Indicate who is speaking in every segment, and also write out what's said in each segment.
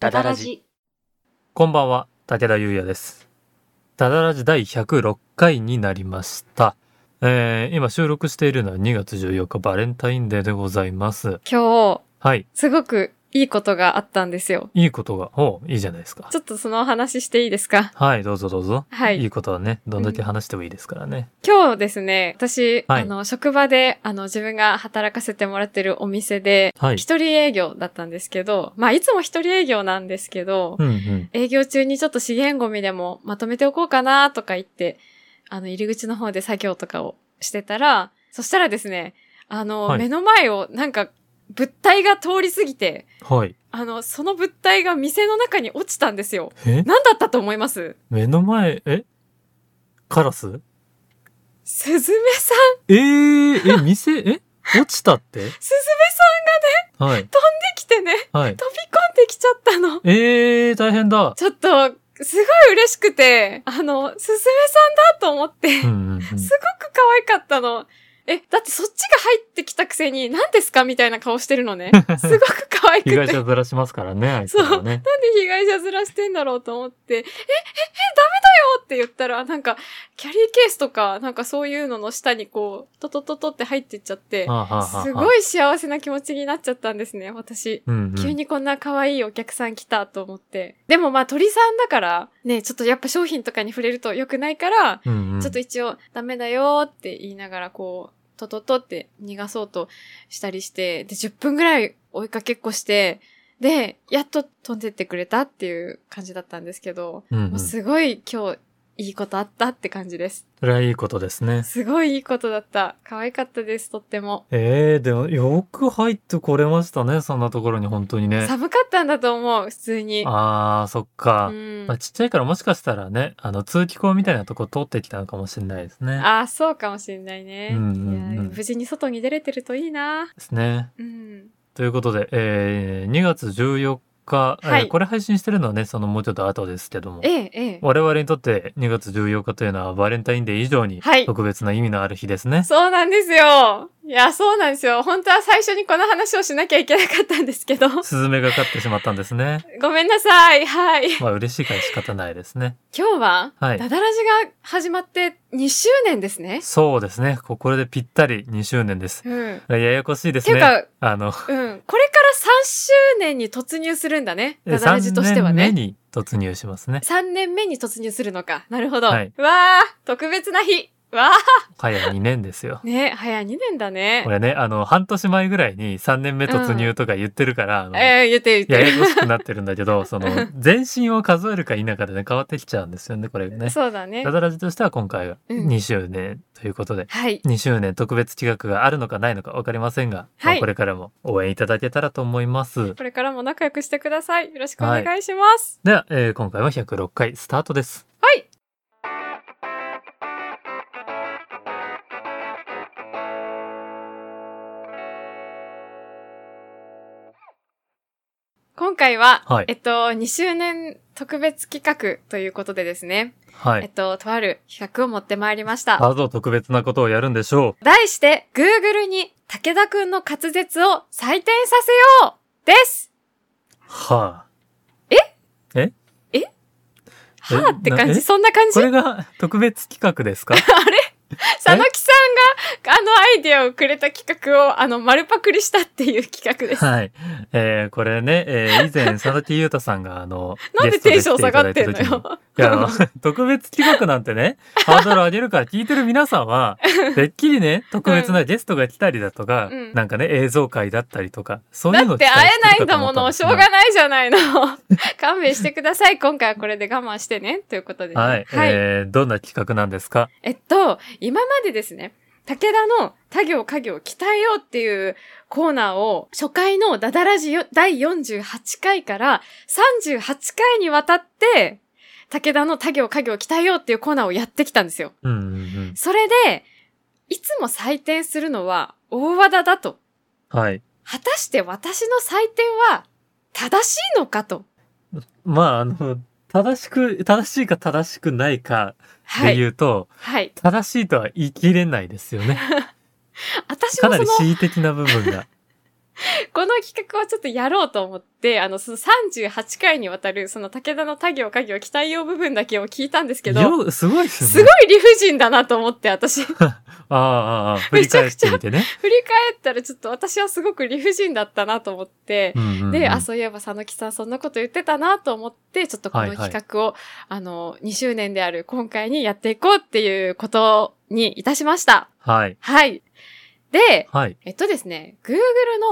Speaker 1: ダダラジ。
Speaker 2: こんばんは、武田優也です。ダダラジ第106回になりました。えー今収録しているのは2月14日バレンタインデーでございます。
Speaker 1: 今日、
Speaker 2: はい。
Speaker 1: すごくいいことがあったんですよ。
Speaker 2: いいことが、おういいじゃないですか
Speaker 1: ち。ょっとそのお話していいですか
Speaker 2: はい、どうぞどうぞ。
Speaker 1: はい
Speaker 2: いいことはね、どんだけ話してもいいですからね。
Speaker 1: 今日ですね、私、
Speaker 2: はい
Speaker 1: あの、職場で、あの、自分が働かせてもらってるお店で、
Speaker 2: はい。
Speaker 1: 一人営業だったんですけど、まあ、いつも一人営業なんですけど、
Speaker 2: うんうん。
Speaker 1: 営業中にちょっと資源ゴミでもまとめておこうかなとか言って、あの、入り口の方で作業とかをしてたら、そしたらですね、あの、
Speaker 2: はい
Speaker 1: 目の前をなんか物体が通り過ぎて、
Speaker 2: はい。
Speaker 1: あの、その物体が店の中に落ちたんですよ。
Speaker 2: え
Speaker 1: 何だったと思います
Speaker 2: 目の前、えカラス
Speaker 1: スズメさん、
Speaker 2: えー、え、店、え落ちたって
Speaker 1: スズメさん
Speaker 2: はい。
Speaker 1: できてね、
Speaker 2: はい。
Speaker 1: 飛び込んできちゃったの。
Speaker 2: えー、大変だ。
Speaker 1: ちょっと、すごい嬉しくて、あの、スズメさんだと思って、
Speaker 2: うんうんうん。
Speaker 1: すごく可愛かったの。え、だってそっちが入ってきたくせに、何ですかみたいな顔してる のね。すごく可愛く
Speaker 2: 被
Speaker 1: て。
Speaker 2: 害
Speaker 1: なん
Speaker 2: 者
Speaker 1: で
Speaker 2: ずらしますからね、あいつらはね。
Speaker 1: 被害者ずらしてんだろうと思って、え、え、え、ダメだよって言ったら、なんか、キャリーケースとか、なんかそういうのの下にこう、トトトトって入ってっちゃって、すご
Speaker 2: い、
Speaker 1: い幸せな気持ちになっちゃったんですね、私。
Speaker 2: うんうん
Speaker 1: 急にこんな可愛いお客さん来たと思って。でもまあ鳥さんだから、ね、ちょっとやっぱ商品とかに触れると良くないから、
Speaker 2: うんうん
Speaker 1: ちょっと一応ダメだよって言いながらこう、トトトって逃がそうとしたりして、で、10分ぐらい追いかけっこして、で、やっと飛んでってくれたっていう感じだったんですけど、
Speaker 2: うんうん
Speaker 1: もうすごい今日いいことあったって感じです。
Speaker 2: それはいいことですね。
Speaker 1: すごいいいことだった。可愛かったです、とっても。
Speaker 2: えー、でもよく入ってこれましたね、そんなところに本当にね。
Speaker 1: 寒かったんだと思う、普通に。
Speaker 2: あー、そっか。
Speaker 1: うん
Speaker 2: まあ、ちっちゃいからもしかしたらね、あの、通気口みたいなとこ通ってきたのかもしれないですね。
Speaker 1: ああ、そうかもしれないね。
Speaker 2: うんうんうん
Speaker 1: いやー無事に外に出れてるといいな。
Speaker 2: ですね。
Speaker 1: うん。
Speaker 2: ということで、えー、2月14日、えー
Speaker 1: はい
Speaker 2: これ配信してるのはね、そのもうちょっと後ですけども。
Speaker 1: ええ、ええ。
Speaker 2: 我々にとって2月14日というのはバレンタインデー以上に
Speaker 1: はい
Speaker 2: 特別な意味のある日です ね。
Speaker 1: そうなんですよ。いや、そうなんですよ。本当は最初にこの話をしなきゃいけなかったんですけど。
Speaker 2: スズメが勝ってしまったんですね。
Speaker 1: ごめんなさい。はい。
Speaker 2: まあ嬉しいから仕方ないですね。
Speaker 1: 今日は、
Speaker 2: はい
Speaker 1: ダダラジが始まって2周年ですね。
Speaker 2: そうですね。ここれでぴったり2周年です。
Speaker 1: うん。
Speaker 2: ややこしい
Speaker 1: て
Speaker 2: です
Speaker 1: いう
Speaker 2: ね。
Speaker 1: か、
Speaker 2: あの、
Speaker 1: うん。これから3周年に突入するんだね。ダダラジ
Speaker 2: 3
Speaker 1: としては
Speaker 2: 年
Speaker 1: ね。
Speaker 2: 目に突入し ますね。
Speaker 1: 3年目に突入するのか。なるほど。
Speaker 2: はいう
Speaker 1: わー、特別な日。うわ
Speaker 2: 早2年ですよ
Speaker 1: ー。。ね、早2年だね
Speaker 2: こ。れね、あの、半年前ぐらいに3年目突入とか言ってるから、あの
Speaker 1: えー、言って言
Speaker 2: や
Speaker 1: って。
Speaker 2: やこしくなってるんだ けど、その、全身を数えるか否かでね、変わってきちゃうんですよね、これね。
Speaker 1: そうだね
Speaker 2: ダ。ダラジとしては今回が
Speaker 1: うん
Speaker 2: 2周年ということで、
Speaker 1: はい。
Speaker 2: 2周年特別企画があるのかないのか分かりませんが、まあ
Speaker 1: はい
Speaker 2: これからも応援いただけたらと思います。
Speaker 1: これからも仲良くしてください。よろしくお願いします。
Speaker 2: では、えー今回は106回スタートです。
Speaker 1: はい。今回は、
Speaker 2: はい
Speaker 1: えっと、2周年特別企画ということでですね、
Speaker 2: は
Speaker 1: えっ
Speaker 2: い。
Speaker 1: と、とある企画を持ってまいりました。
Speaker 2: さぞ特別なことをやるんでしょ
Speaker 1: 題して、Google に武田くんの滑舌を採点させようです
Speaker 2: う。はあ。え
Speaker 1: はぁって感
Speaker 2: なえ
Speaker 1: じ、そんな感じ
Speaker 2: これが特別企画ですか
Speaker 1: 佐野木さんがあのアイデアをくれた企画をあの丸パクリしたっていう企画 です。
Speaker 2: はい。えー、これね、えー以前、佐々木優太さんが、あの、
Speaker 1: なんでテンション下がってん
Speaker 2: ゲ
Speaker 1: の
Speaker 2: ストで来てい
Speaker 1: よ。
Speaker 2: ただいた時にい や、あの 特別企画なんてね、ハードル上げるから聞いてる皆さ んは、てっきりね、特別なゲストが来たりだとか、
Speaker 1: うん
Speaker 2: なんかね、映像会だったりとか、そう
Speaker 1: だ
Speaker 2: いうの
Speaker 1: っ
Speaker 2: を
Speaker 1: て
Speaker 2: 期
Speaker 1: 会
Speaker 2: 待
Speaker 1: えないんだも
Speaker 2: して
Speaker 1: の、しょう
Speaker 2: るかと思ったですが
Speaker 1: がないじゃないの。 勘弁してください。今回はこれで我慢してね。ということでね、
Speaker 2: はい、えーどんな企画なんですか
Speaker 1: えっと、今までですね、武田の他行家業鍛えようっていうコーナーを初回のダダラジよ第48回から38回にわたって、武田の他行家業鍛えようっていうコーナーをやってきたんですよ。
Speaker 2: うんうんうん。
Speaker 1: それで、いつも採点するのは大和田だと。
Speaker 2: はい。
Speaker 1: 果たして私の採点は正しいのかと。
Speaker 2: まあ、あの、正しく、正しいか正しくないか
Speaker 1: は
Speaker 2: で
Speaker 1: い。
Speaker 2: 言うと、
Speaker 1: はい。
Speaker 2: 正しいとは言い切れないですよね。
Speaker 1: 私
Speaker 2: か
Speaker 1: も
Speaker 2: な
Speaker 1: そ
Speaker 2: り
Speaker 1: の、
Speaker 2: 恣意的な部分が。
Speaker 1: この企画をちょっとやろうと思って、あの、その38回にわたる、その武田の他行、家業、期待用部分だけを聞いたんです けど、
Speaker 2: よすごいです
Speaker 1: すご
Speaker 2: ね。
Speaker 1: い理不尽だなと思って、私。 振り
Speaker 2: あ あああああ、振
Speaker 1: め
Speaker 2: り
Speaker 1: ちゃ
Speaker 2: 返
Speaker 1: く
Speaker 2: っ
Speaker 1: ちゃ
Speaker 2: てみてね。
Speaker 1: 返ったら、ちょっと私はすごく理不尽だったなと思って、
Speaker 2: うんうんうん
Speaker 1: で、あ、そういえば佐野木さんそんなこと言ってたなと思って、ちょっとこ
Speaker 2: は
Speaker 1: の
Speaker 2: いはい
Speaker 1: 企画を、あの、2周年である今回にやっていこうっていうことにいたしました。
Speaker 2: はい。
Speaker 1: はい。で、
Speaker 2: はい。
Speaker 1: えっとですね、Google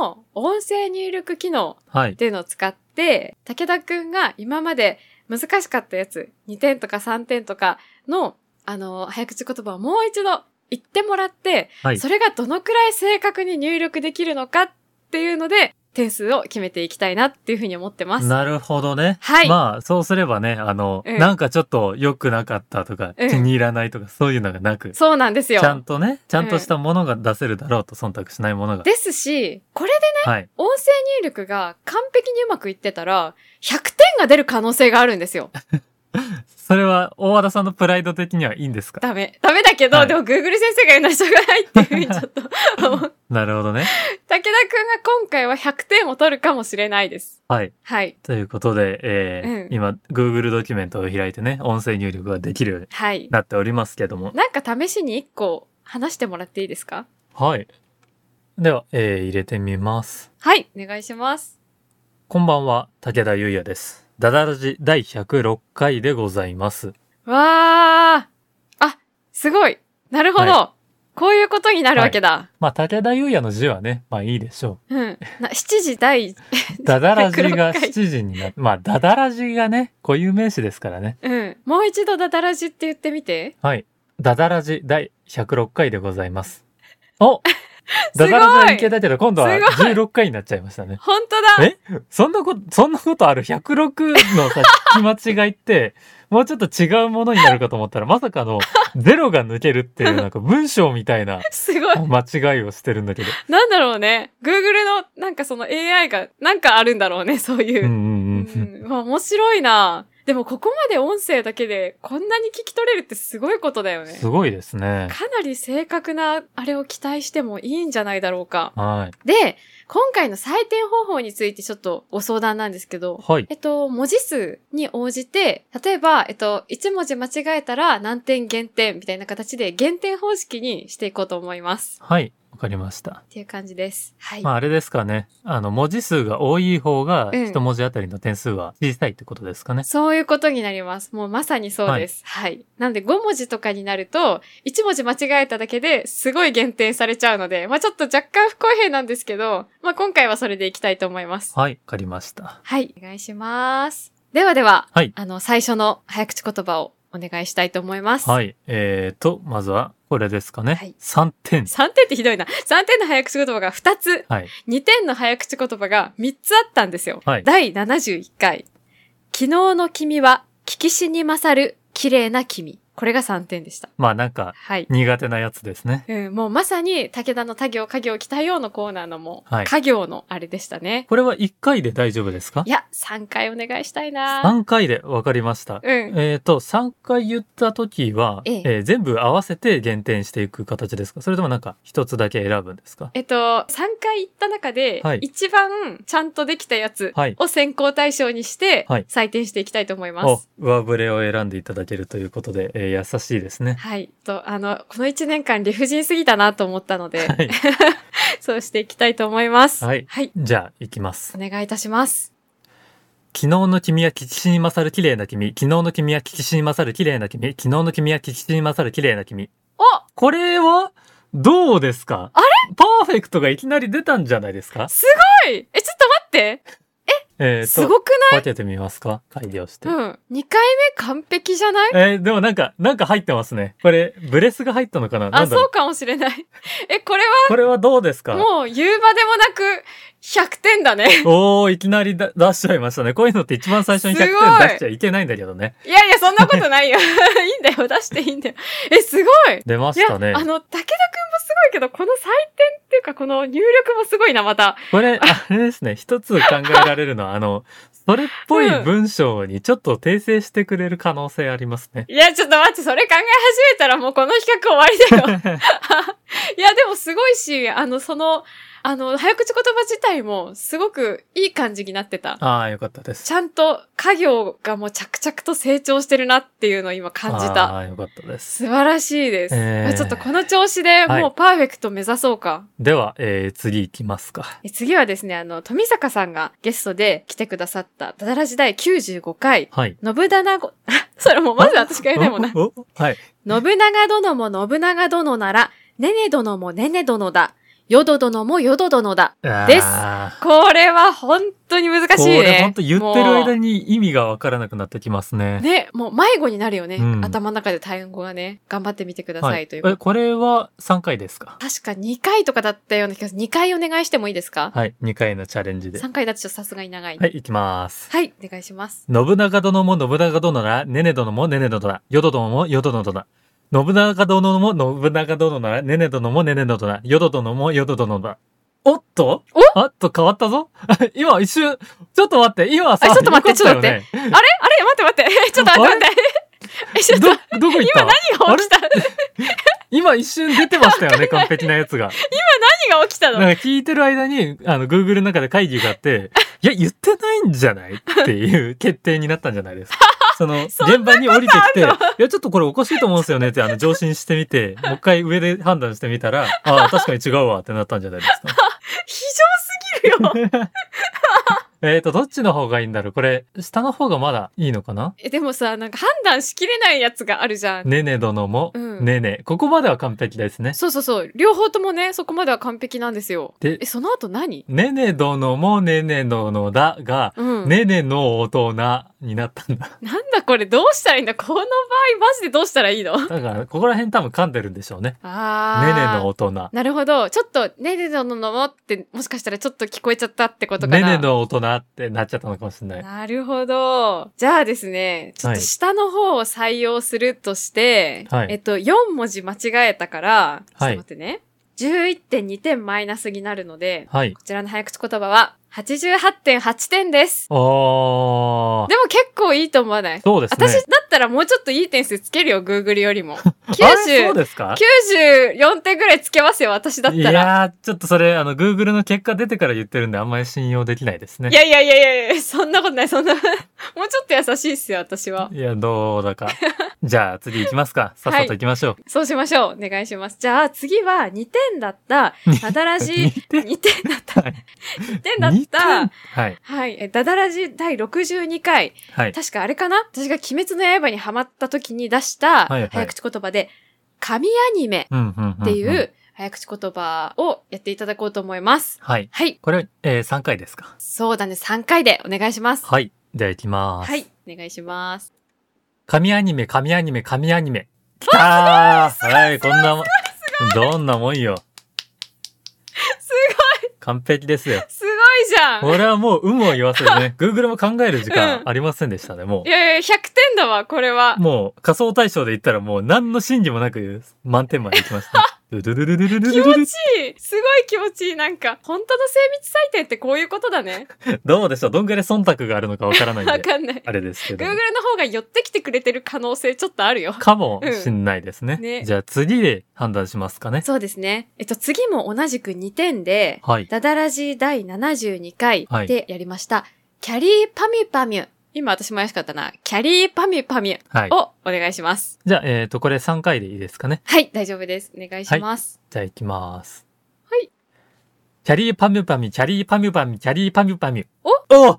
Speaker 1: の音声入力機能
Speaker 2: はい
Speaker 1: っ。ていうのを使って、武田くんが今まで難しかったやつ、2点とか3点とかの、あの、早口言葉をもう一度言ってもらって、
Speaker 2: はい
Speaker 1: それがどのくらい正確に入力できるのかっていうので、点数を決めていきたいなっていうふうに思ってます。
Speaker 2: なるほどね。
Speaker 1: はい
Speaker 2: まあ、そうすればね、あの、
Speaker 1: うん
Speaker 2: なんかちょっと良くなかったとか、
Speaker 1: うん
Speaker 2: 気に入らないとか、そういうのがなく、
Speaker 1: そうなんです
Speaker 2: ち
Speaker 1: よ。
Speaker 2: ゃんとね、ちゃんとしたものが出せるだろうと、忖度しないものが。
Speaker 1: ですし、これで
Speaker 2: はい。
Speaker 1: 音声入力が完璧にうまくいってたら、100点が出る可能性があるんですよ。
Speaker 2: それは、大和田さんのプライド的にはいいんですか
Speaker 1: ダメ。ダメだけど、
Speaker 2: はい
Speaker 1: でも Google 先生が言うのはしょうがないっていうふうにちょっと思う
Speaker 2: なるほどね。
Speaker 1: 武田くんが今回は100点を取るかもしれないです。
Speaker 2: はい。
Speaker 1: はい。
Speaker 2: ということで、えー
Speaker 1: うん
Speaker 2: 今、Google ドキュメントを開いてね、音声入力ができるように
Speaker 1: はい。
Speaker 2: なっておりますけども。
Speaker 1: なんか試しに1個話してもらっていいですか
Speaker 2: はい。では、えー入れてみます。
Speaker 1: はい。お願いします。
Speaker 2: こんばんは、武田優也です。ダダラジ第106回でございます。
Speaker 1: わー。あ、すごい。なるほど。
Speaker 2: は
Speaker 1: こういうことになるわけだ。
Speaker 2: まあ、武田優也の字はね、まあいいでしょ
Speaker 1: うん。な7時第、
Speaker 2: う。ダダラジ
Speaker 1: 106
Speaker 2: が
Speaker 1: 回
Speaker 2: 7時になって、まあ、ダダラジがね、固有名詞ですからね。
Speaker 1: うん。もう一度ダダラジって言ってみて。
Speaker 2: はい。ダダラジ第106回でございます。お
Speaker 1: すご
Speaker 2: ダ
Speaker 1: い
Speaker 2: ダラジは2回だけど、今度は
Speaker 1: すごい
Speaker 2: 16回になっちゃいましたね。
Speaker 1: 本当だ。
Speaker 2: えそんなこと、そんなことある ?106 のさ、聞き間違いって、 もうちょっと違うものになるかと思ったら、まさかの、ゼロが抜けるっ ていう、なんか文章みたいな
Speaker 1: すごい。
Speaker 2: 間違いをしてるんだけど。
Speaker 1: なんだろうね。Google のなんかその AI がなんかあるんだろうね。そういうう。
Speaker 2: んうん
Speaker 1: う
Speaker 2: うん。
Speaker 1: ん、まあ面白いな。でもここまで音声だけでこんなに聞き取れるってすごいことだよね
Speaker 2: す。ごいですね。
Speaker 1: かなり正確なあれを期待してもいいんじゃないだろうか。
Speaker 2: はい。
Speaker 1: で、今回の採点方法についてちょっとご相談なんですけど、
Speaker 2: はい。
Speaker 1: えっと、文字数に応じて、例えば、えっと、1文字間違えたら何点減点みたいな形で減点方式にしていこうと思います。
Speaker 2: はい。わかりました。
Speaker 1: っていう感じです。はい。
Speaker 2: まあ、あれですかね。あの、文字数が多い方が、
Speaker 1: うん
Speaker 2: 一文字あたりの点数は小さいってことですかね。
Speaker 1: そういうことになります。もうまさにそうです。はい。なんで5文字とかになると、1文字間違えただけですごい減点されちゃうので、まあちょっと若干不公平なんですけど、まあ今回はそれでいきたいと思います。
Speaker 2: はい。わかりました。
Speaker 1: はい。お願いします。ではでは、
Speaker 2: はい
Speaker 1: あの、最初の早口言葉をお願いしたいと思います。。
Speaker 2: はいい。えーと、まずは、これですかね。
Speaker 1: はい
Speaker 2: 3点。
Speaker 1: 3点ってひどいな。3点の早口言葉が2つ、
Speaker 2: はい。
Speaker 1: 2点の早口言葉が3つあったんですよ。
Speaker 2: はい
Speaker 1: 第71回。昨日の君は、聞きしに勝る綺麗な君。これが3点でした。
Speaker 2: まあ、なんか、
Speaker 1: はい。
Speaker 2: 苦手なやつですね。
Speaker 1: うん、もうまさに、武田の他行、家業、北ようのコーナーのもう、
Speaker 2: はい
Speaker 1: 家業のあれでしたね。
Speaker 2: これは1回で大丈夫ですか
Speaker 1: いや、3回お願いしたいな。
Speaker 2: 3回で分かりました。
Speaker 1: うん。
Speaker 2: えっ、と、3回言った時は、
Speaker 1: ええ
Speaker 2: えー全部合わせて減点していく形ですかそれともなんか一つだけ選ぶんですか
Speaker 1: えっと、3回行った中で、
Speaker 2: はい
Speaker 1: 一番ちゃんとできたやつ
Speaker 2: はい
Speaker 1: を選考対象にして、
Speaker 2: はい
Speaker 1: 採点していきたいと思います。
Speaker 2: お、上振れを選んでいただけるということで、えー優しいですね。
Speaker 1: はい。と、あの、この1年間理不尽すぎたなと思ったので、
Speaker 2: はい。
Speaker 1: そうしていきたいと思います。
Speaker 2: はい
Speaker 1: はい。
Speaker 2: じゃあ、行きます。
Speaker 1: お願いいたします。
Speaker 2: 昨日の君は聞きしに勝る綺麗な君。昨日の君は聞きしに勝る綺麗な君。昨日の君は聞きしに勝る綺麗な君。
Speaker 1: お
Speaker 2: これは、どうですかあれパーフェクトがいきなり出たんじゃないですか
Speaker 1: はい。え、ちょっと待って。
Speaker 2: えー
Speaker 1: す
Speaker 2: と、
Speaker 1: ごく
Speaker 2: 分けてみますか改良して。
Speaker 1: ないうん。2回目完璧じゃない
Speaker 2: えーでもなんか、なんか入ってますね。これ、ブレスが入ったのかなな
Speaker 1: あ、
Speaker 2: んだろ
Speaker 1: そううかもしれない。 え、これ
Speaker 2: これはどうです
Speaker 1: は
Speaker 2: か
Speaker 1: もう言うまでもなく100点だね。
Speaker 2: おー、いきなりだ出しちゃいましたね。こういうのって一番最初に100
Speaker 1: すごい
Speaker 2: 点出しちゃいけないんだけどね。
Speaker 1: いやいや、そんなことないよ。 いいんだよ。出していいんだよ。え、すごい。
Speaker 2: 出ま
Speaker 1: い
Speaker 2: し
Speaker 1: や、
Speaker 2: たね
Speaker 1: あ。の、武田くんもすごいけど、この採点っていうか、この入力もすごいな、また。
Speaker 2: これ、あれですね。一つ考えられるのは、あの、それっぽい文章にちょっと訂正してくれる可能性ありますね。
Speaker 1: いや、ちょっと待って、それ考え 始めたらもうこの比較終わりだよ。いや、でもすごいし、あの、その、あの、早口言葉自体もすごくいい感じになってた。
Speaker 2: ああ、よかったです。
Speaker 1: ちゃんと家業がもう着々と成長してるなっていうのを今感じた。
Speaker 2: ああ、よかったです。
Speaker 1: 素晴らしいです。
Speaker 2: えー
Speaker 1: ちょっとこの調子で
Speaker 2: はい
Speaker 1: もうパーフェクト目指そうか。
Speaker 2: では、えー、次行きますか。
Speaker 1: え次はですね、あの、富坂さんがゲストで来てくださった、ダダラ時代95回、
Speaker 2: はい。
Speaker 1: 信長ご、 あそれもうまず私が言えないもん な。
Speaker 2: おおはい。
Speaker 1: 信長殿も信長殿なら、ねね殿もねね殿だ。よど殿もよど殿だ。です
Speaker 2: あ
Speaker 1: これは本当に難
Speaker 2: ー
Speaker 1: しいね。
Speaker 2: これ本当言ってる間
Speaker 1: も
Speaker 2: に意味がわからなくなってきますね。
Speaker 1: うね、もう迷子になるよね。
Speaker 2: うん
Speaker 1: 頭の中で単語がね、頑張ってみてください、
Speaker 2: はい。
Speaker 1: という
Speaker 2: え、これは3回ですか
Speaker 1: 確か2回とかだったような気がする。2回お願いしてもいいですか、
Speaker 2: はい。2回のチャレンジで。
Speaker 1: ?3 回だとちょっとさすがに長い。
Speaker 2: はい、行きます。
Speaker 1: はい、お願いします。
Speaker 2: 信長殿も信長殿なら、ねね殿もねね殿だ。よど殿もよど殿だ。信長殿も信長殿なら、ねね殿もねね殿だ。よど殿もよど殿だ。おっと
Speaker 1: お
Speaker 2: あっと変わったぞ 今一瞬、ちょっと待って、今さ、
Speaker 1: あちょっと待って
Speaker 2: よかよね
Speaker 1: あれあれ待 って待って。ちょっと待って待って。え、ちょっと、
Speaker 2: ど、どこ行った
Speaker 1: 何が起きた
Speaker 2: 今一瞬出てましたよね、完璧なやつが。
Speaker 1: 何が起きた
Speaker 2: な
Speaker 1: の
Speaker 2: んか聞いてる間に、あの、Google の中で会議があって、 いや、言ってないんじゃないっていう決定になったんじゃな いですか。その、現場に降りてきて、い
Speaker 1: あん
Speaker 2: や、ちょっとこれおかしいと思うんですよねって、あの、上申してみて、もう一回上で判断してみたら、 ああ、確かに違うわってなったんじゃないですか。
Speaker 1: 非常すぎるよ。
Speaker 2: えっと、どっちの方がいいんだろうこれ、下の方がまだいいのかな
Speaker 1: え、でもさ、なんか判断しきれないやつがあるじゃん。
Speaker 2: ねね殿も、
Speaker 1: うん
Speaker 2: ねね。ここまでは完璧ですね。
Speaker 1: そうそうそう。両方ともね、そこまでは完璧なんですよ。
Speaker 2: で
Speaker 1: え、その後何
Speaker 2: ねね殿もねね殿だが、
Speaker 1: うん。
Speaker 2: ねねの大人になったんだ。
Speaker 1: なんだこれ、どうしたらいいんだこの場合、マジでどうしたらいいの
Speaker 2: だから、ここら辺多分噛んでるんでしょうね。
Speaker 1: あー。
Speaker 2: ねねの大人。
Speaker 1: なるほど。ちょっと、ねねのののもって、もしかしたらちょっと聞こえちゃったってことかな。
Speaker 2: ねねの大人ってなっちゃったのかもしれない。
Speaker 1: なるほど。じゃあですね、ちょっと下の方を採用するとして、
Speaker 2: はい
Speaker 1: えっと、4文字間違えたから、ちょっ
Speaker 2: はい
Speaker 1: と待ってね。11.2点マイナスになるので、
Speaker 2: はい。
Speaker 1: こちらの早口言葉は88.8点です。
Speaker 2: あー。
Speaker 1: でも結構いいと思わない、
Speaker 2: そうですね。
Speaker 1: 私だったらもうちょっといい点数つけるよ、Google よりも。
Speaker 2: あれそう
Speaker 1: 90、
Speaker 2: ですか
Speaker 1: 94点ぐらいつけますよ、私だっ
Speaker 2: い
Speaker 1: たら。
Speaker 2: やー、ちょっとそれ、あの、Google の結果出てから言ってるんで、あんまり信用できないですね。
Speaker 1: いやいやいやいやいや、そんなことない、そんな。もうちょっと優しいっすよ、私は。
Speaker 2: いや、どうだ か。じゃあ、次行きますか。さっさと行きましょう。
Speaker 1: そうしましょう。お願いします。じゃあ次は2点だ った、ダダラジ、
Speaker 2: 似
Speaker 1: 2
Speaker 2: て
Speaker 1: 点だった、
Speaker 2: はい
Speaker 1: 2点だっ
Speaker 2: 似て
Speaker 1: た、
Speaker 2: はい。
Speaker 1: はい、えダダラジ第62回、
Speaker 2: はい。
Speaker 1: 確かあれかな私が鬼滅の刃にハマった時に出した
Speaker 2: はいはい
Speaker 1: 早口言葉で、神アニメ
Speaker 2: うん、うんうん、うん。
Speaker 1: っていう。早口言葉をやっていただこうと思います。
Speaker 2: はい。
Speaker 1: はい、
Speaker 2: これ、えー、3回ですか。
Speaker 1: そうだね、3回でお願いします。
Speaker 2: はい。では行きます。
Speaker 1: はい、お願いします。
Speaker 2: 神アニメ、神アニメ、神アニメ。きたーはい、こんなもん。どんなもんよ。
Speaker 1: すごい、
Speaker 2: 完璧ですよ。
Speaker 1: すごいじゃん
Speaker 2: これはもう、有無を言わせず ね、Google も考える時間ありませんでしたね、も
Speaker 1: いやいや、100点だわ、これは
Speaker 2: う。。もう、仮想対象で言ったらもう、何の審議もなく、満点まで行きました。 ドゥドゥルルルルル
Speaker 1: 気
Speaker 2: ルルル
Speaker 1: 持ちいいすごい気持ちいいなんか、本当の精密採点ってこういうことだね。
Speaker 2: どうでしょうどんぐらい忖度があるのかわからないん
Speaker 1: わ
Speaker 2: で、
Speaker 1: かんない。
Speaker 2: あれですけど
Speaker 1: Google の。方が寄ってきてくれてる可能性ちょっとあるよ。
Speaker 2: かもしんないですね。
Speaker 1: うんね
Speaker 2: じゃあ次で判断しますかね。
Speaker 1: そうですね。えっと、次も同じく2点で、
Speaker 2: はい。
Speaker 1: ダダラジ第72回
Speaker 2: はい
Speaker 1: でやりました。キャリーパミュパミュ。今私も怪しかったな。キャリーパミュパミ
Speaker 2: はい
Speaker 1: ュ。をお願いします。
Speaker 2: じゃあ、えっ、と、これ3回でいいですかね。
Speaker 1: はい、大丈夫です。お願いします。
Speaker 2: じゃあ行きます。
Speaker 1: はい。
Speaker 2: キャリーパミュパミュ、キャリーパミュパミュ、キャリーパミュパミュ。
Speaker 1: お
Speaker 2: おおあ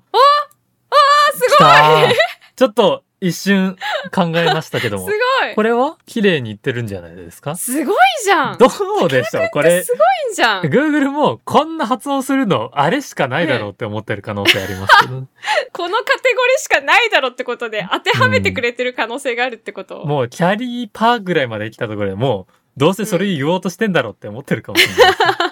Speaker 2: すごいちょっと一瞬考えましたけど
Speaker 1: す
Speaker 2: も
Speaker 1: ご。い
Speaker 2: これは綺麗にいってるんじゃないですか
Speaker 1: すごいじゃん
Speaker 2: どうでしょうこれ
Speaker 1: す、ごいじゃん
Speaker 2: Google もこんな発音するのあれしかないだろうって思ってる可能性ありますけ ど、
Speaker 1: このカテゴリーしかないだろってことで当てはめてくれてる可能性があるってこと、
Speaker 2: もうキャリーパーぐらいまで来たところでもうどうせそれ言おうとしてんだろうって思ってるかもしれないです ね。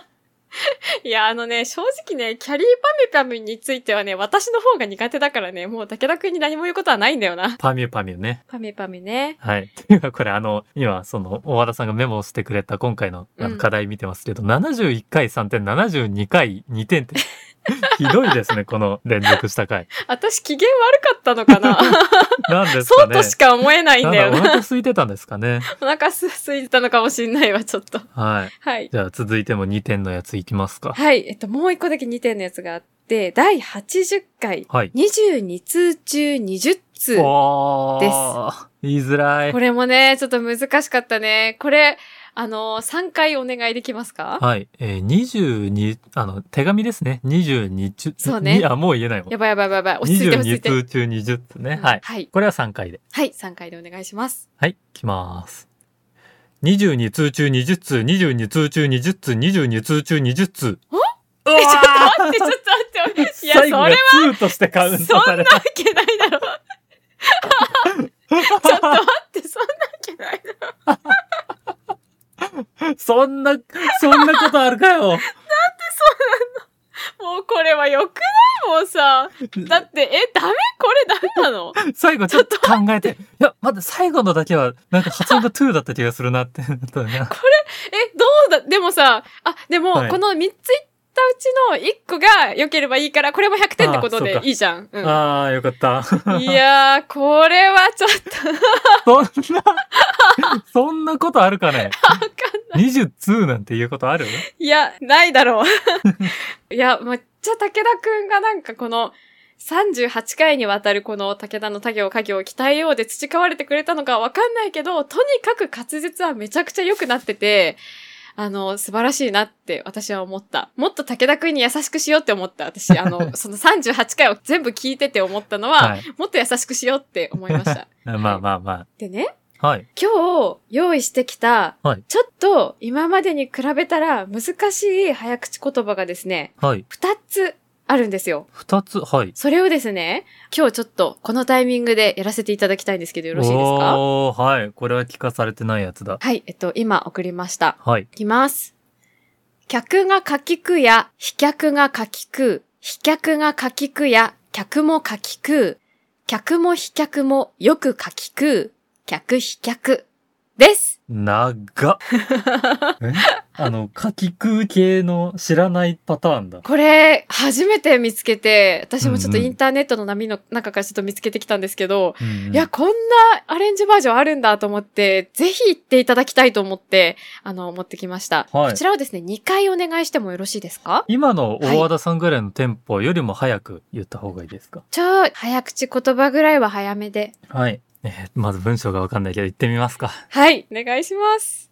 Speaker 1: いや、あのね、正直ね、キャリーパミュパミュについてはね、私の方が苦手だからね、もう武田くんに何も言うことはないんだよな。
Speaker 2: パミュパミュね。
Speaker 1: パミュパミュね。
Speaker 2: はい。 っていうか、これあの、今、その、大和田さんがメモをしてくれた今回のあ
Speaker 1: う
Speaker 2: の
Speaker 1: ん
Speaker 2: 課題見てますけど、71回3点、72回2点って、 ひどいですね、この連続した回。
Speaker 1: 私機嫌悪かったのかな
Speaker 2: なんです
Speaker 1: そ
Speaker 2: か
Speaker 1: う
Speaker 2: ね。
Speaker 1: としか思えないんだよ
Speaker 2: なんだお
Speaker 1: な。
Speaker 2: 腹空いてたんですかね。
Speaker 1: お腹すすいてたのかもしんないわ、ちょっと。
Speaker 2: はい。
Speaker 1: はい。
Speaker 2: じゃあ続いても2点のやついきますか。
Speaker 1: はい。えっと、もう一個だけ2点のやつがあって、第80回、
Speaker 2: はい。
Speaker 1: 22通中20通。
Speaker 2: お
Speaker 1: です
Speaker 2: ー。言いづらい
Speaker 1: こ。れもね、ちょっと難しかったね。これ、あの、3回お願いできますか
Speaker 2: はい。えー、22、あの、手紙ですね。22中。
Speaker 1: そうね
Speaker 2: にあ、もう言えないわ
Speaker 1: や。ばいやばいやばいやばい。落ち着いて落ち着
Speaker 2: 22
Speaker 1: いて。
Speaker 2: 通中20通ね。はい。
Speaker 1: はい。
Speaker 2: これは3回で。
Speaker 1: はい。3回でお願いします。
Speaker 2: はい、きます。22通中20通、22通中20通、22通中20通。うわ
Speaker 1: え、ちょっ
Speaker 2: ー
Speaker 1: と待って、ちょっと待って。いや、そ
Speaker 2: 最
Speaker 1: れ
Speaker 2: 後
Speaker 1: は
Speaker 2: が
Speaker 1: い
Speaker 2: 2としてカウントされ
Speaker 1: けないだろ。ちょっと
Speaker 2: た。
Speaker 1: 待って、そんなわけないだろ。
Speaker 2: そんな、そんなことあるかよ。
Speaker 1: もうこれは良くないもんさ。だって、え、ダメこれダメなの
Speaker 2: 最後ちょっと考えて。いや、待って、最後のだけは、なんか発音が2だった気がするなって なったね。
Speaker 1: え、どうだ、でもさ、あ、でも、
Speaker 2: はい
Speaker 1: この3つ言ったうちの1個が良ければいいから、これも100点ってこと
Speaker 2: あそ
Speaker 1: で
Speaker 2: うか
Speaker 1: いいじゃん。うん。
Speaker 2: あー、よかった。そ
Speaker 1: いやー、これはちょっと、わ
Speaker 2: んな、そんなことあるかね。
Speaker 1: かんない。
Speaker 2: 20通なんていうことある
Speaker 1: いや、ないだろ う。いや、めっちゃ武田くんがなんかこの、38回にわたるこの武田の他行家業を鍛えようで培われてくれたのかわかんないけど、とにかく滑舌はめちゃくちゃ良くなってて、あの、素晴らしいなって私は思った。もっと武田くんに優しくしようって思った。私、あの、その38回を全部聞いてて思ったのは、
Speaker 2: はい。
Speaker 1: もっと優しくしようって思いました。
Speaker 2: まあまあま
Speaker 1: でね、
Speaker 2: あ。はい。
Speaker 1: 今日用意してきた、
Speaker 2: はい
Speaker 1: ちょっと今までに比べたら難しい早口言葉がですね、
Speaker 2: はい。
Speaker 1: 二つあるんですよ。
Speaker 2: 二つ、はい。
Speaker 1: それをですね、今日ちょっとこのタイミングでやらせていただきたいんですけどよろしいですか
Speaker 2: おーはい。これは聞かされてないやつだ。
Speaker 1: はい、えっと、今送りました。
Speaker 2: はい。
Speaker 1: いきます。客がかきくや、飛脚がかきく、飛脚がかきくや、客もかきく、客も飛脚もよくかきく、客飛脚です。
Speaker 2: 長 っ。えあの、かき空系の知らないパターンだ。
Speaker 1: これ、初めて見つけて、私もちょっと
Speaker 2: うんうん
Speaker 1: インターネットの波の中からちょっと見つけてきたんですけど、
Speaker 2: うんうん
Speaker 1: いや、こんなアレンジバージョンあるんだと思って、ぜひ行っていただきたいと思って、あの、持ってきました。
Speaker 2: はい
Speaker 1: こちらをですね、2回お願いしてもよろしいですか
Speaker 2: 今の大和田さんぐらいのテンポよりも早く言った方がいいですか
Speaker 1: ちょ、早口言葉ぐらいは早めで。
Speaker 2: はい。えーまず文章がわかんないけど言ってみますか。
Speaker 1: はい、お願いします。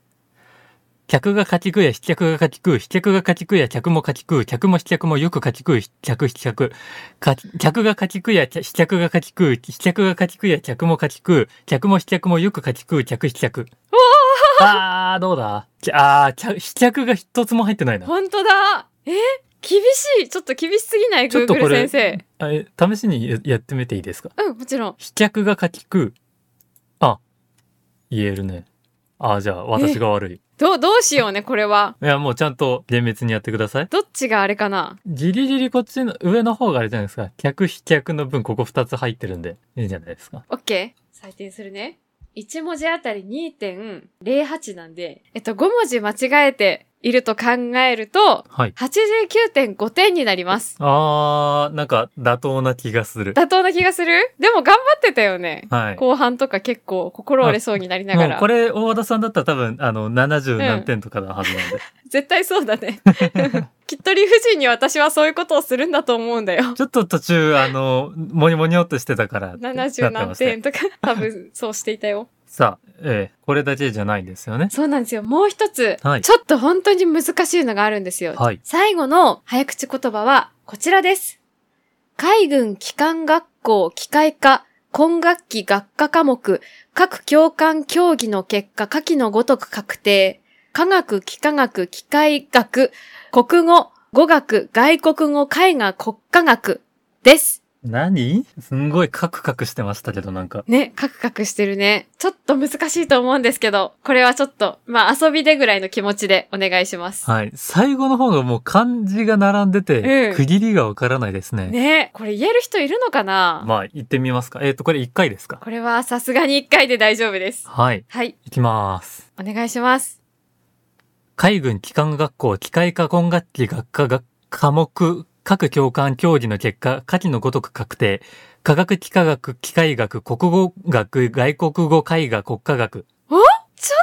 Speaker 2: 客がかき食うや、飛脚がかき食う、飛脚がかき食うや、客もかき食う、客も飛脚もよくかき食う、客飛脚。かき客がかき食うや、飛脚がかき食う、飛脚がかき食うや、客もかき食う、客も飛脚もよくかき食う、客飛脚。あー、どうだきあー、客飛脚が一つも入ってないな。
Speaker 1: ほんとだえ厳しいちょっと厳しすぎない
Speaker 2: ちょっとこ
Speaker 1: ?Google 先
Speaker 2: れ
Speaker 1: 生。
Speaker 2: あえ試しにややってみていいですか
Speaker 1: うん、もちろん。
Speaker 2: 飛脚がかき食う。あ、言えるね。あー、じゃあ私が悪い。
Speaker 1: どう、どうしようね、これは。
Speaker 2: いや、もうちゃんと厳密にやってください。
Speaker 1: どっちがあれかな
Speaker 2: ギリギリこっちの上の方があれじゃないですか。客飛脚の分ここ2つ入ってるんで、いいんじゃないですか。
Speaker 1: OK。採点するね。1文字あたり2.08なんで、えっと、5文字間違えていると考えると、
Speaker 2: はい。
Speaker 1: 89.5点になります。
Speaker 2: あー、なんか妥当な気がする。
Speaker 1: 妥当な気がするでも頑張ってたよね。
Speaker 2: はい。
Speaker 1: 後半とか結構心折れそうになりなが
Speaker 2: もう
Speaker 1: ら
Speaker 2: こ。れ、大和田さんだったら多分、あの、70何点とかのはずなんで。
Speaker 1: 絶対そうだ ね。きっと理不尽に私はそういうことをするんだと思うんだよ。
Speaker 2: ちょっと途中、あの、もにもにょっとしてたか
Speaker 1: 70
Speaker 2: ら。なってま
Speaker 1: 何
Speaker 2: したよ
Speaker 1: 点とか、多分そうしていたよ。
Speaker 2: さあ、ええこれだけじゃないんですよね。
Speaker 1: そうなんですよ。もう一つ、
Speaker 2: はい
Speaker 1: ちょっと本当に難しいのがあるんですよ。
Speaker 2: はい
Speaker 1: 最後の早口言葉はこちらです。海軍機関学校機械科今学期学科科目各教官協議の結果下記のごとく確定科学幾何学機械学国語語学外国語絵画国家学です。
Speaker 2: 何すんごいカクカクしてましたけど、なんか。
Speaker 1: ね、カクカクしてるね。ちょっと難しいと思うんですけど、これはちょっと、まあ遊びでぐらいの気持ちでお願いします。
Speaker 2: はい。最後の方がもう漢字が並んでて、
Speaker 1: うん
Speaker 2: 区切りがわからないですね。
Speaker 1: ねこれ言える人いるのかな、
Speaker 2: まあ、行ってみますか。えっ、と、これ1回ですか
Speaker 1: これはさすがに1回で大丈夫です。
Speaker 2: はい。
Speaker 1: はい、
Speaker 2: 行きます。
Speaker 1: お願いします。
Speaker 2: 海軍機関学校機械科今学期学科学科目各教官協議の結果、下記のごとく確定。科学、幾何学、機械学、国語学、外国語、絵画、国家学。
Speaker 1: ちょ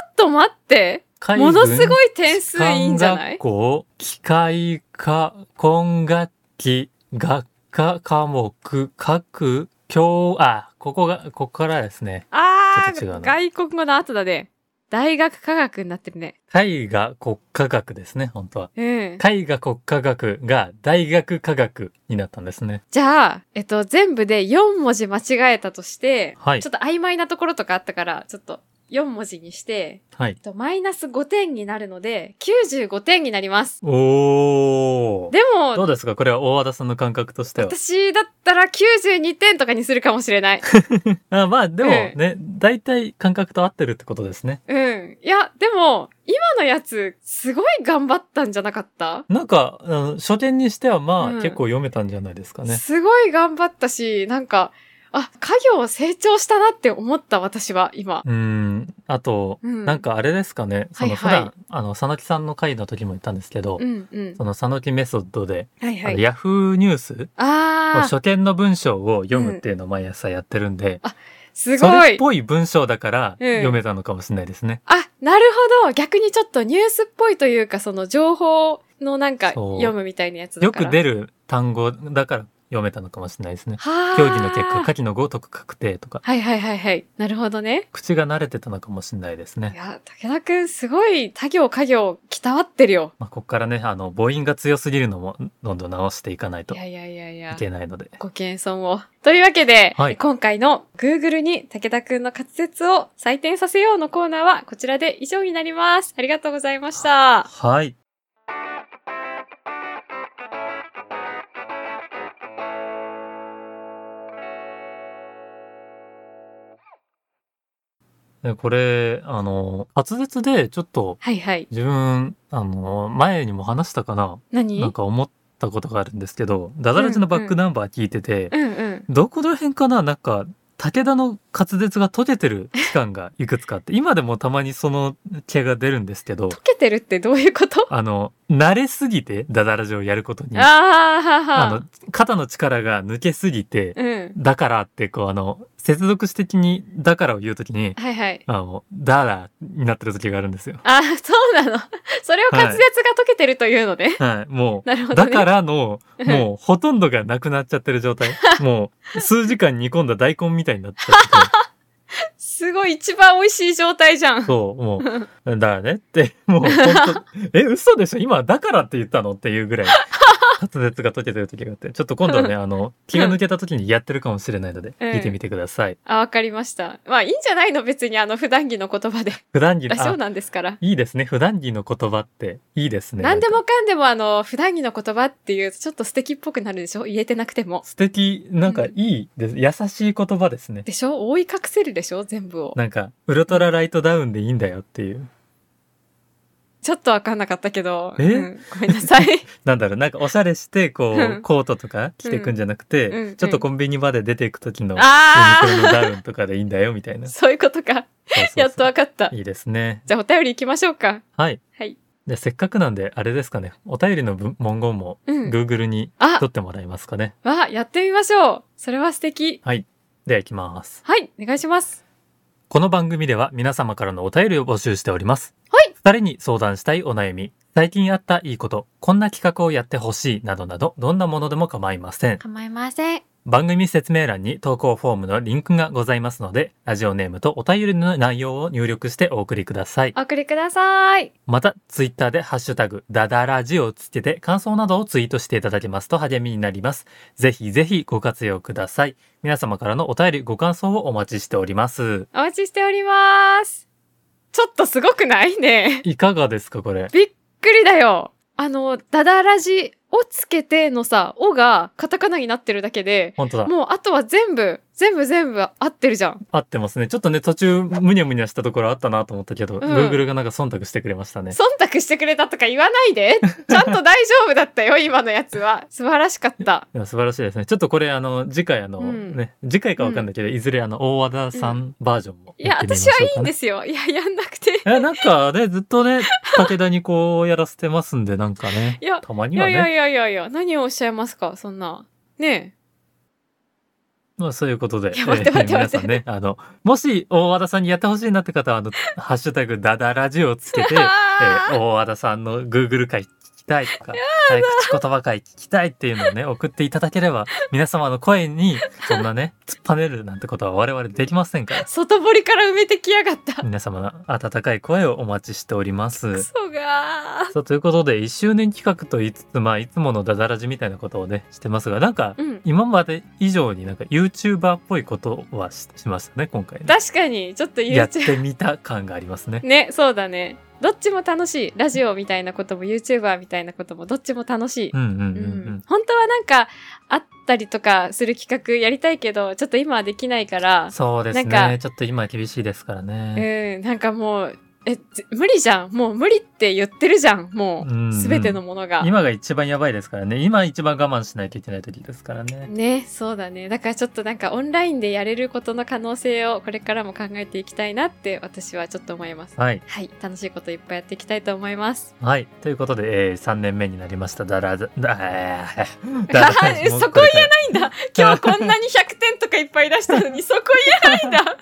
Speaker 1: っと待って。
Speaker 2: 海
Speaker 1: ものす
Speaker 2: い
Speaker 1: ごい点数いいんじゃない
Speaker 2: 学校、機械科、今学期、学科、科目、各、教、あ、ここが、ここからですね。
Speaker 1: あ
Speaker 2: ちょっと違うな
Speaker 1: ー、外国語の後だね。大学科学になってるね。
Speaker 2: 絵画国家学ですね、本当は。
Speaker 1: うん。
Speaker 2: 絵画国家学が大学科学になったんですね。
Speaker 1: じゃあ、えっと、全部で4文字間違えたとして、
Speaker 2: はい
Speaker 1: ちょっと曖昧なところとかあったから、ちょっと4文字にして、
Speaker 2: はい
Speaker 1: えっ。と、マイナス5点になるので、95点になります。
Speaker 2: おー。
Speaker 1: で
Speaker 2: ど
Speaker 1: も、
Speaker 2: うですかこれは大和田さんの感覚としては。
Speaker 1: 私だったら92点とかにするかもしれない。
Speaker 2: あまあでも
Speaker 1: ええ
Speaker 2: ね、大体感覚と合ってるってことですね。
Speaker 1: うん。いや、でも、今のやつ、すごい頑張ったんじゃなかった、
Speaker 2: なんか、あの初見にしてはまあ、
Speaker 1: うん
Speaker 2: 結構読めたんじゃないですかね。
Speaker 1: すごい頑張ったし、なんか、あ、家業成長したなって思った、私は、今。
Speaker 2: うん。あと、
Speaker 1: うん
Speaker 2: なんかあれですかね、その普
Speaker 1: はいはい
Speaker 2: 段、あの、佐野木さんの回の時も言ったんですけど、
Speaker 1: うんうん
Speaker 2: そ。の佐野木メソッドで、
Speaker 1: はいは
Speaker 2: あの
Speaker 1: い。
Speaker 2: ヤフーニュース
Speaker 1: あー、
Speaker 2: 初見の文章を読むっていうのを毎朝やってるんで、
Speaker 1: す
Speaker 2: そ
Speaker 1: ご
Speaker 2: れっ
Speaker 1: い。
Speaker 2: ぽい文章だから
Speaker 1: うん
Speaker 2: 読めたのかもしれないですね。
Speaker 1: あ、なるほど。逆にちょっとニュースっぽいというか、その情報のなんか
Speaker 2: そう
Speaker 1: 読むみたいなやつだ
Speaker 2: よ
Speaker 1: から。
Speaker 2: く出る単語だから読めたのかもしれないですね。
Speaker 1: はあ。
Speaker 2: 競技の結果、下記のごとく確定とか、
Speaker 1: はいはいはいはい。なるほどね。
Speaker 2: 口が慣れてたのかもしれないです
Speaker 1: い
Speaker 2: ね。
Speaker 1: や、武田くんすごい他行家業、きたわってるよ。
Speaker 2: まあ、ここからね、あの、母音が強すぎるのも、どんどん直していかない
Speaker 1: い
Speaker 2: とい
Speaker 1: やいやいやいや。
Speaker 2: けないので。
Speaker 1: ご謙遜を。というわけで、
Speaker 2: はい
Speaker 1: 今回の Google に武田くんの滑舌を採点させようのコーナーはこちらで以上になります。ありがとうございました。
Speaker 2: はい。でこれ、あの、滑舌でちょっと
Speaker 1: はいはい。
Speaker 2: 自分、あの、前にも話したかな
Speaker 1: 何
Speaker 2: なんか思ったことがあるんですけど、ダダラジのバックナンバー聞いてて、
Speaker 1: うんうん。
Speaker 2: どこら辺かななんか、武田の滑舌が溶けてる期間がいくつかあって、今でもたまにその毛が出るんですけど、
Speaker 1: 溶けてるってどういうこと
Speaker 2: あの、慣れすぎて、ダダラジをやることに、あ
Speaker 1: ああ、はは。
Speaker 2: の、肩の力が抜けすぎて、
Speaker 1: うん。
Speaker 2: だからって、こう、あの、接続詞的に、だからを言うときに、
Speaker 1: はいはい。
Speaker 2: あの、ダラになってる時があるんですよ。
Speaker 1: あーそうなの。それを滑舌が溶けてるというので。
Speaker 2: はい、も
Speaker 1: なるほど、
Speaker 2: う、だ
Speaker 1: ね。
Speaker 2: からの、
Speaker 1: うん
Speaker 2: もう、ほとんどがなくなっちゃってる状 態。もう、数時間煮込んだ大根みたいになっちゃってて。
Speaker 1: すごい一番美味しい状態じゃん。
Speaker 2: そう、もう、だよねって、もう本当、え、嘘でしょ今、だからって言ったのっていう ぐらい、滑舌が解けてる時があって、ちょっと今度はね、あの、気が抜けた時にやってるかもしれないので、
Speaker 1: うん
Speaker 2: 聞いてみてください。
Speaker 1: あ、わかりました。まあいいんじゃないの別にあの普段着の言葉で。
Speaker 2: 普段着の、
Speaker 1: ラジオ
Speaker 2: あ、
Speaker 1: なんですから。
Speaker 2: いいですね。普段着の言葉って、いいですね。
Speaker 1: 何で
Speaker 2: なんか。
Speaker 1: もかんでもあの、普段着の言葉っていうとちょっと素敵っぽくなるでしょ言えてなくても。
Speaker 2: 素敵、なんか
Speaker 1: う
Speaker 2: いいです。優しい言葉ですね。
Speaker 1: でしょ覆い隠せるでしょ全部を。
Speaker 2: なんか、ウルトラライトダウンでいいんだよっていう。
Speaker 1: ちょっとわかんなかったけど。
Speaker 2: え
Speaker 1: うんごめんな さい。
Speaker 2: なんだろう、なんかおしゃれして、こ
Speaker 1: う
Speaker 2: う、
Speaker 1: ん
Speaker 2: コートとか着てくんじゃなくて、
Speaker 1: うんうん
Speaker 2: ちょっとコンビニまで出ていく時の、ユニ
Speaker 1: あ
Speaker 2: クロの
Speaker 1: あ
Speaker 2: ダウンとかでいいんだよ、みたいな。
Speaker 1: そういうことか。
Speaker 2: そうそうそう
Speaker 1: やっとわかった。
Speaker 2: いいですね。
Speaker 1: じゃあお便り行きましょうか。
Speaker 2: はい。
Speaker 1: はい。
Speaker 2: で、せっかくなんで、あれですかね。お便りの文文言も
Speaker 1: うん。
Speaker 2: Google に
Speaker 1: あ
Speaker 2: 取ってもらえますかね。
Speaker 1: わ、やってみましょう。それは素敵。
Speaker 2: はい。では、いきます。
Speaker 1: はい、お願いします。
Speaker 2: この番組では皆様からのお便りを募集しております。
Speaker 1: はい。
Speaker 2: 二人に相談したいお悩み、最近あったいいこと、こんな企画をやってほしいなどなど、どんなものでも構いません。
Speaker 1: 構いません。
Speaker 2: 番組説明欄に投稿フォームのリンクがございますので、ラジオネームとお便りの内容を入力してお送りください。
Speaker 1: お送りください。
Speaker 2: また、ツイッターでハッシュタグ、ダダラジをつけて感想などをツイートしていただけますと励みになります。ぜひぜひご活用ください。皆様からのお便り、ご感想をお待ちしております。
Speaker 1: お待ちしております。ちょっとすごくないね。
Speaker 2: いかがですか、これ。
Speaker 1: びっくりだよ。あの、ダダラジをつけてのさ、おがカタカナになってるだけで、
Speaker 2: 本当だ。
Speaker 1: もうあとは全部、全部全部合ってるじゃん。
Speaker 2: 合ってますね。ちょっとね、途中、むにゃむにゃしたところあったなと思ったけど、
Speaker 1: ん
Speaker 2: Google がなんか忖度してくれましたね。
Speaker 1: 忖度してくれたとか言わない で。ちゃんと大丈夫だったよ、今のやつは。素晴らしかった。
Speaker 2: いや素晴らしいですね。ちょっとこれ、あの、次回、あの、
Speaker 1: うん
Speaker 2: ね、次回かわかんないけど、いずれ、あの、大和田さんバージョンも
Speaker 1: いや、
Speaker 2: やってみま
Speaker 1: 私
Speaker 2: しょうか、ね。
Speaker 1: はいいんですよ。いや、やんなくて。
Speaker 2: え、なんかね、ずっとね、武田にこうやらせてますんで、なんかね。
Speaker 1: いや
Speaker 2: たま
Speaker 1: い
Speaker 2: には
Speaker 1: や
Speaker 2: ね。
Speaker 1: いやいやいやいや、何をおっしゃいますか、そんな。ねえ。
Speaker 2: まあ、そういうことで、
Speaker 1: いや待って待って
Speaker 2: 皆さんね、あの、もし大和田さんにやってほしいなって方は、あの、ハッシュタグダダラジオをつ けて、え
Speaker 1: あー
Speaker 2: ー大和田さんの Google 会聞きたいとか、はい、口言葉会聞きたいっていうのをね、送っていただければ、皆様の声に、そんなね、突っぱねるなんてことは我々できませんから、
Speaker 1: 外堀から埋めてきやがった。
Speaker 2: 皆様の温かい声をお待ちしておりま す
Speaker 1: ク。ソがー。
Speaker 2: さあということで、1周年企画と言いつつ、まあ、いつものダダラジみたいなことをね、してますが、なんか、
Speaker 1: うん。
Speaker 2: 今まで以上になんか YouTuber っぽいことはししましたね今回ね
Speaker 1: 確かに、ちょっと
Speaker 2: やっ
Speaker 1: YouTube。
Speaker 2: てみた感があります ね
Speaker 1: ね、そうだね。どっちも楽しい。ラジオみたいなことも YouTuber みたいなこともどっちも楽しい。
Speaker 2: うんうんうん
Speaker 1: う
Speaker 2: うんん、
Speaker 1: 本当はなんか、あったりとかする企画やりたいけど、ちょっと今はできないから、
Speaker 2: そうです
Speaker 1: なんか
Speaker 2: ねちょっと今厳しいですからね、
Speaker 1: うん、なんかもう、え、ぜ無理じゃん。もう無理って言ってるじゃん。も
Speaker 2: うんう
Speaker 1: う、
Speaker 2: ん
Speaker 1: すべてのものが。
Speaker 2: 今が一番やばいですからね今一番我慢しないといけない時ですからね
Speaker 1: ね、そうだね。だからちょっとなんかオンラインでやれることの可能性をこれからも考えていきたいなって私はちょっと思います。
Speaker 2: はい
Speaker 1: はい、楽しいこといっぱいやっていきたいと思い ます。
Speaker 2: はいということで、え3年目になりましたダラダダ
Speaker 1: そこ言
Speaker 2: えない
Speaker 1: いいんだ今日こんなに100点とかいっぱい出したのにそこ言えないんだ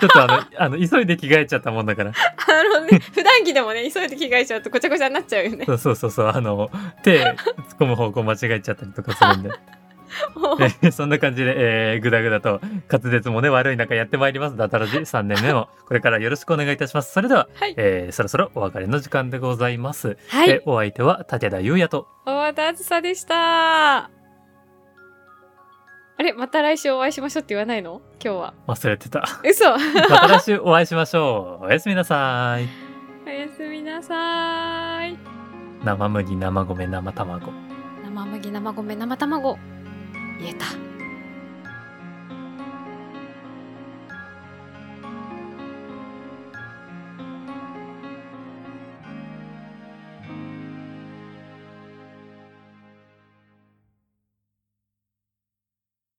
Speaker 2: ちょっとあのあの急いで着替えちゃったもんだから
Speaker 1: あのね、普段着でもね、急いで着替えちゃうとごちゃごちゃになっちゃうよね
Speaker 2: そ。うそうそうそうあの手突っ込む方向間違えちゃったりとかするんで
Speaker 1: もう
Speaker 2: えーそんな感じで、えー、ぐだぐだと滑舌もね悪い中やってまいりますダタラジ3年目もこれからよろしくお願いいたしますそれでは、
Speaker 1: はい
Speaker 2: えーそろそろお別れの時間でございます、
Speaker 1: はい
Speaker 2: えー、お相手は武田優也と
Speaker 1: 大和田あずさでした。あれまた来週お会いしましょうって言わないの今日は。
Speaker 2: 忘れてた
Speaker 1: 嘘お
Speaker 2: また来週お会いしましょうおやすみなさい
Speaker 1: やすみなさーい。
Speaker 2: 生麦生米生卵
Speaker 1: 生麦生米生卵。言えた。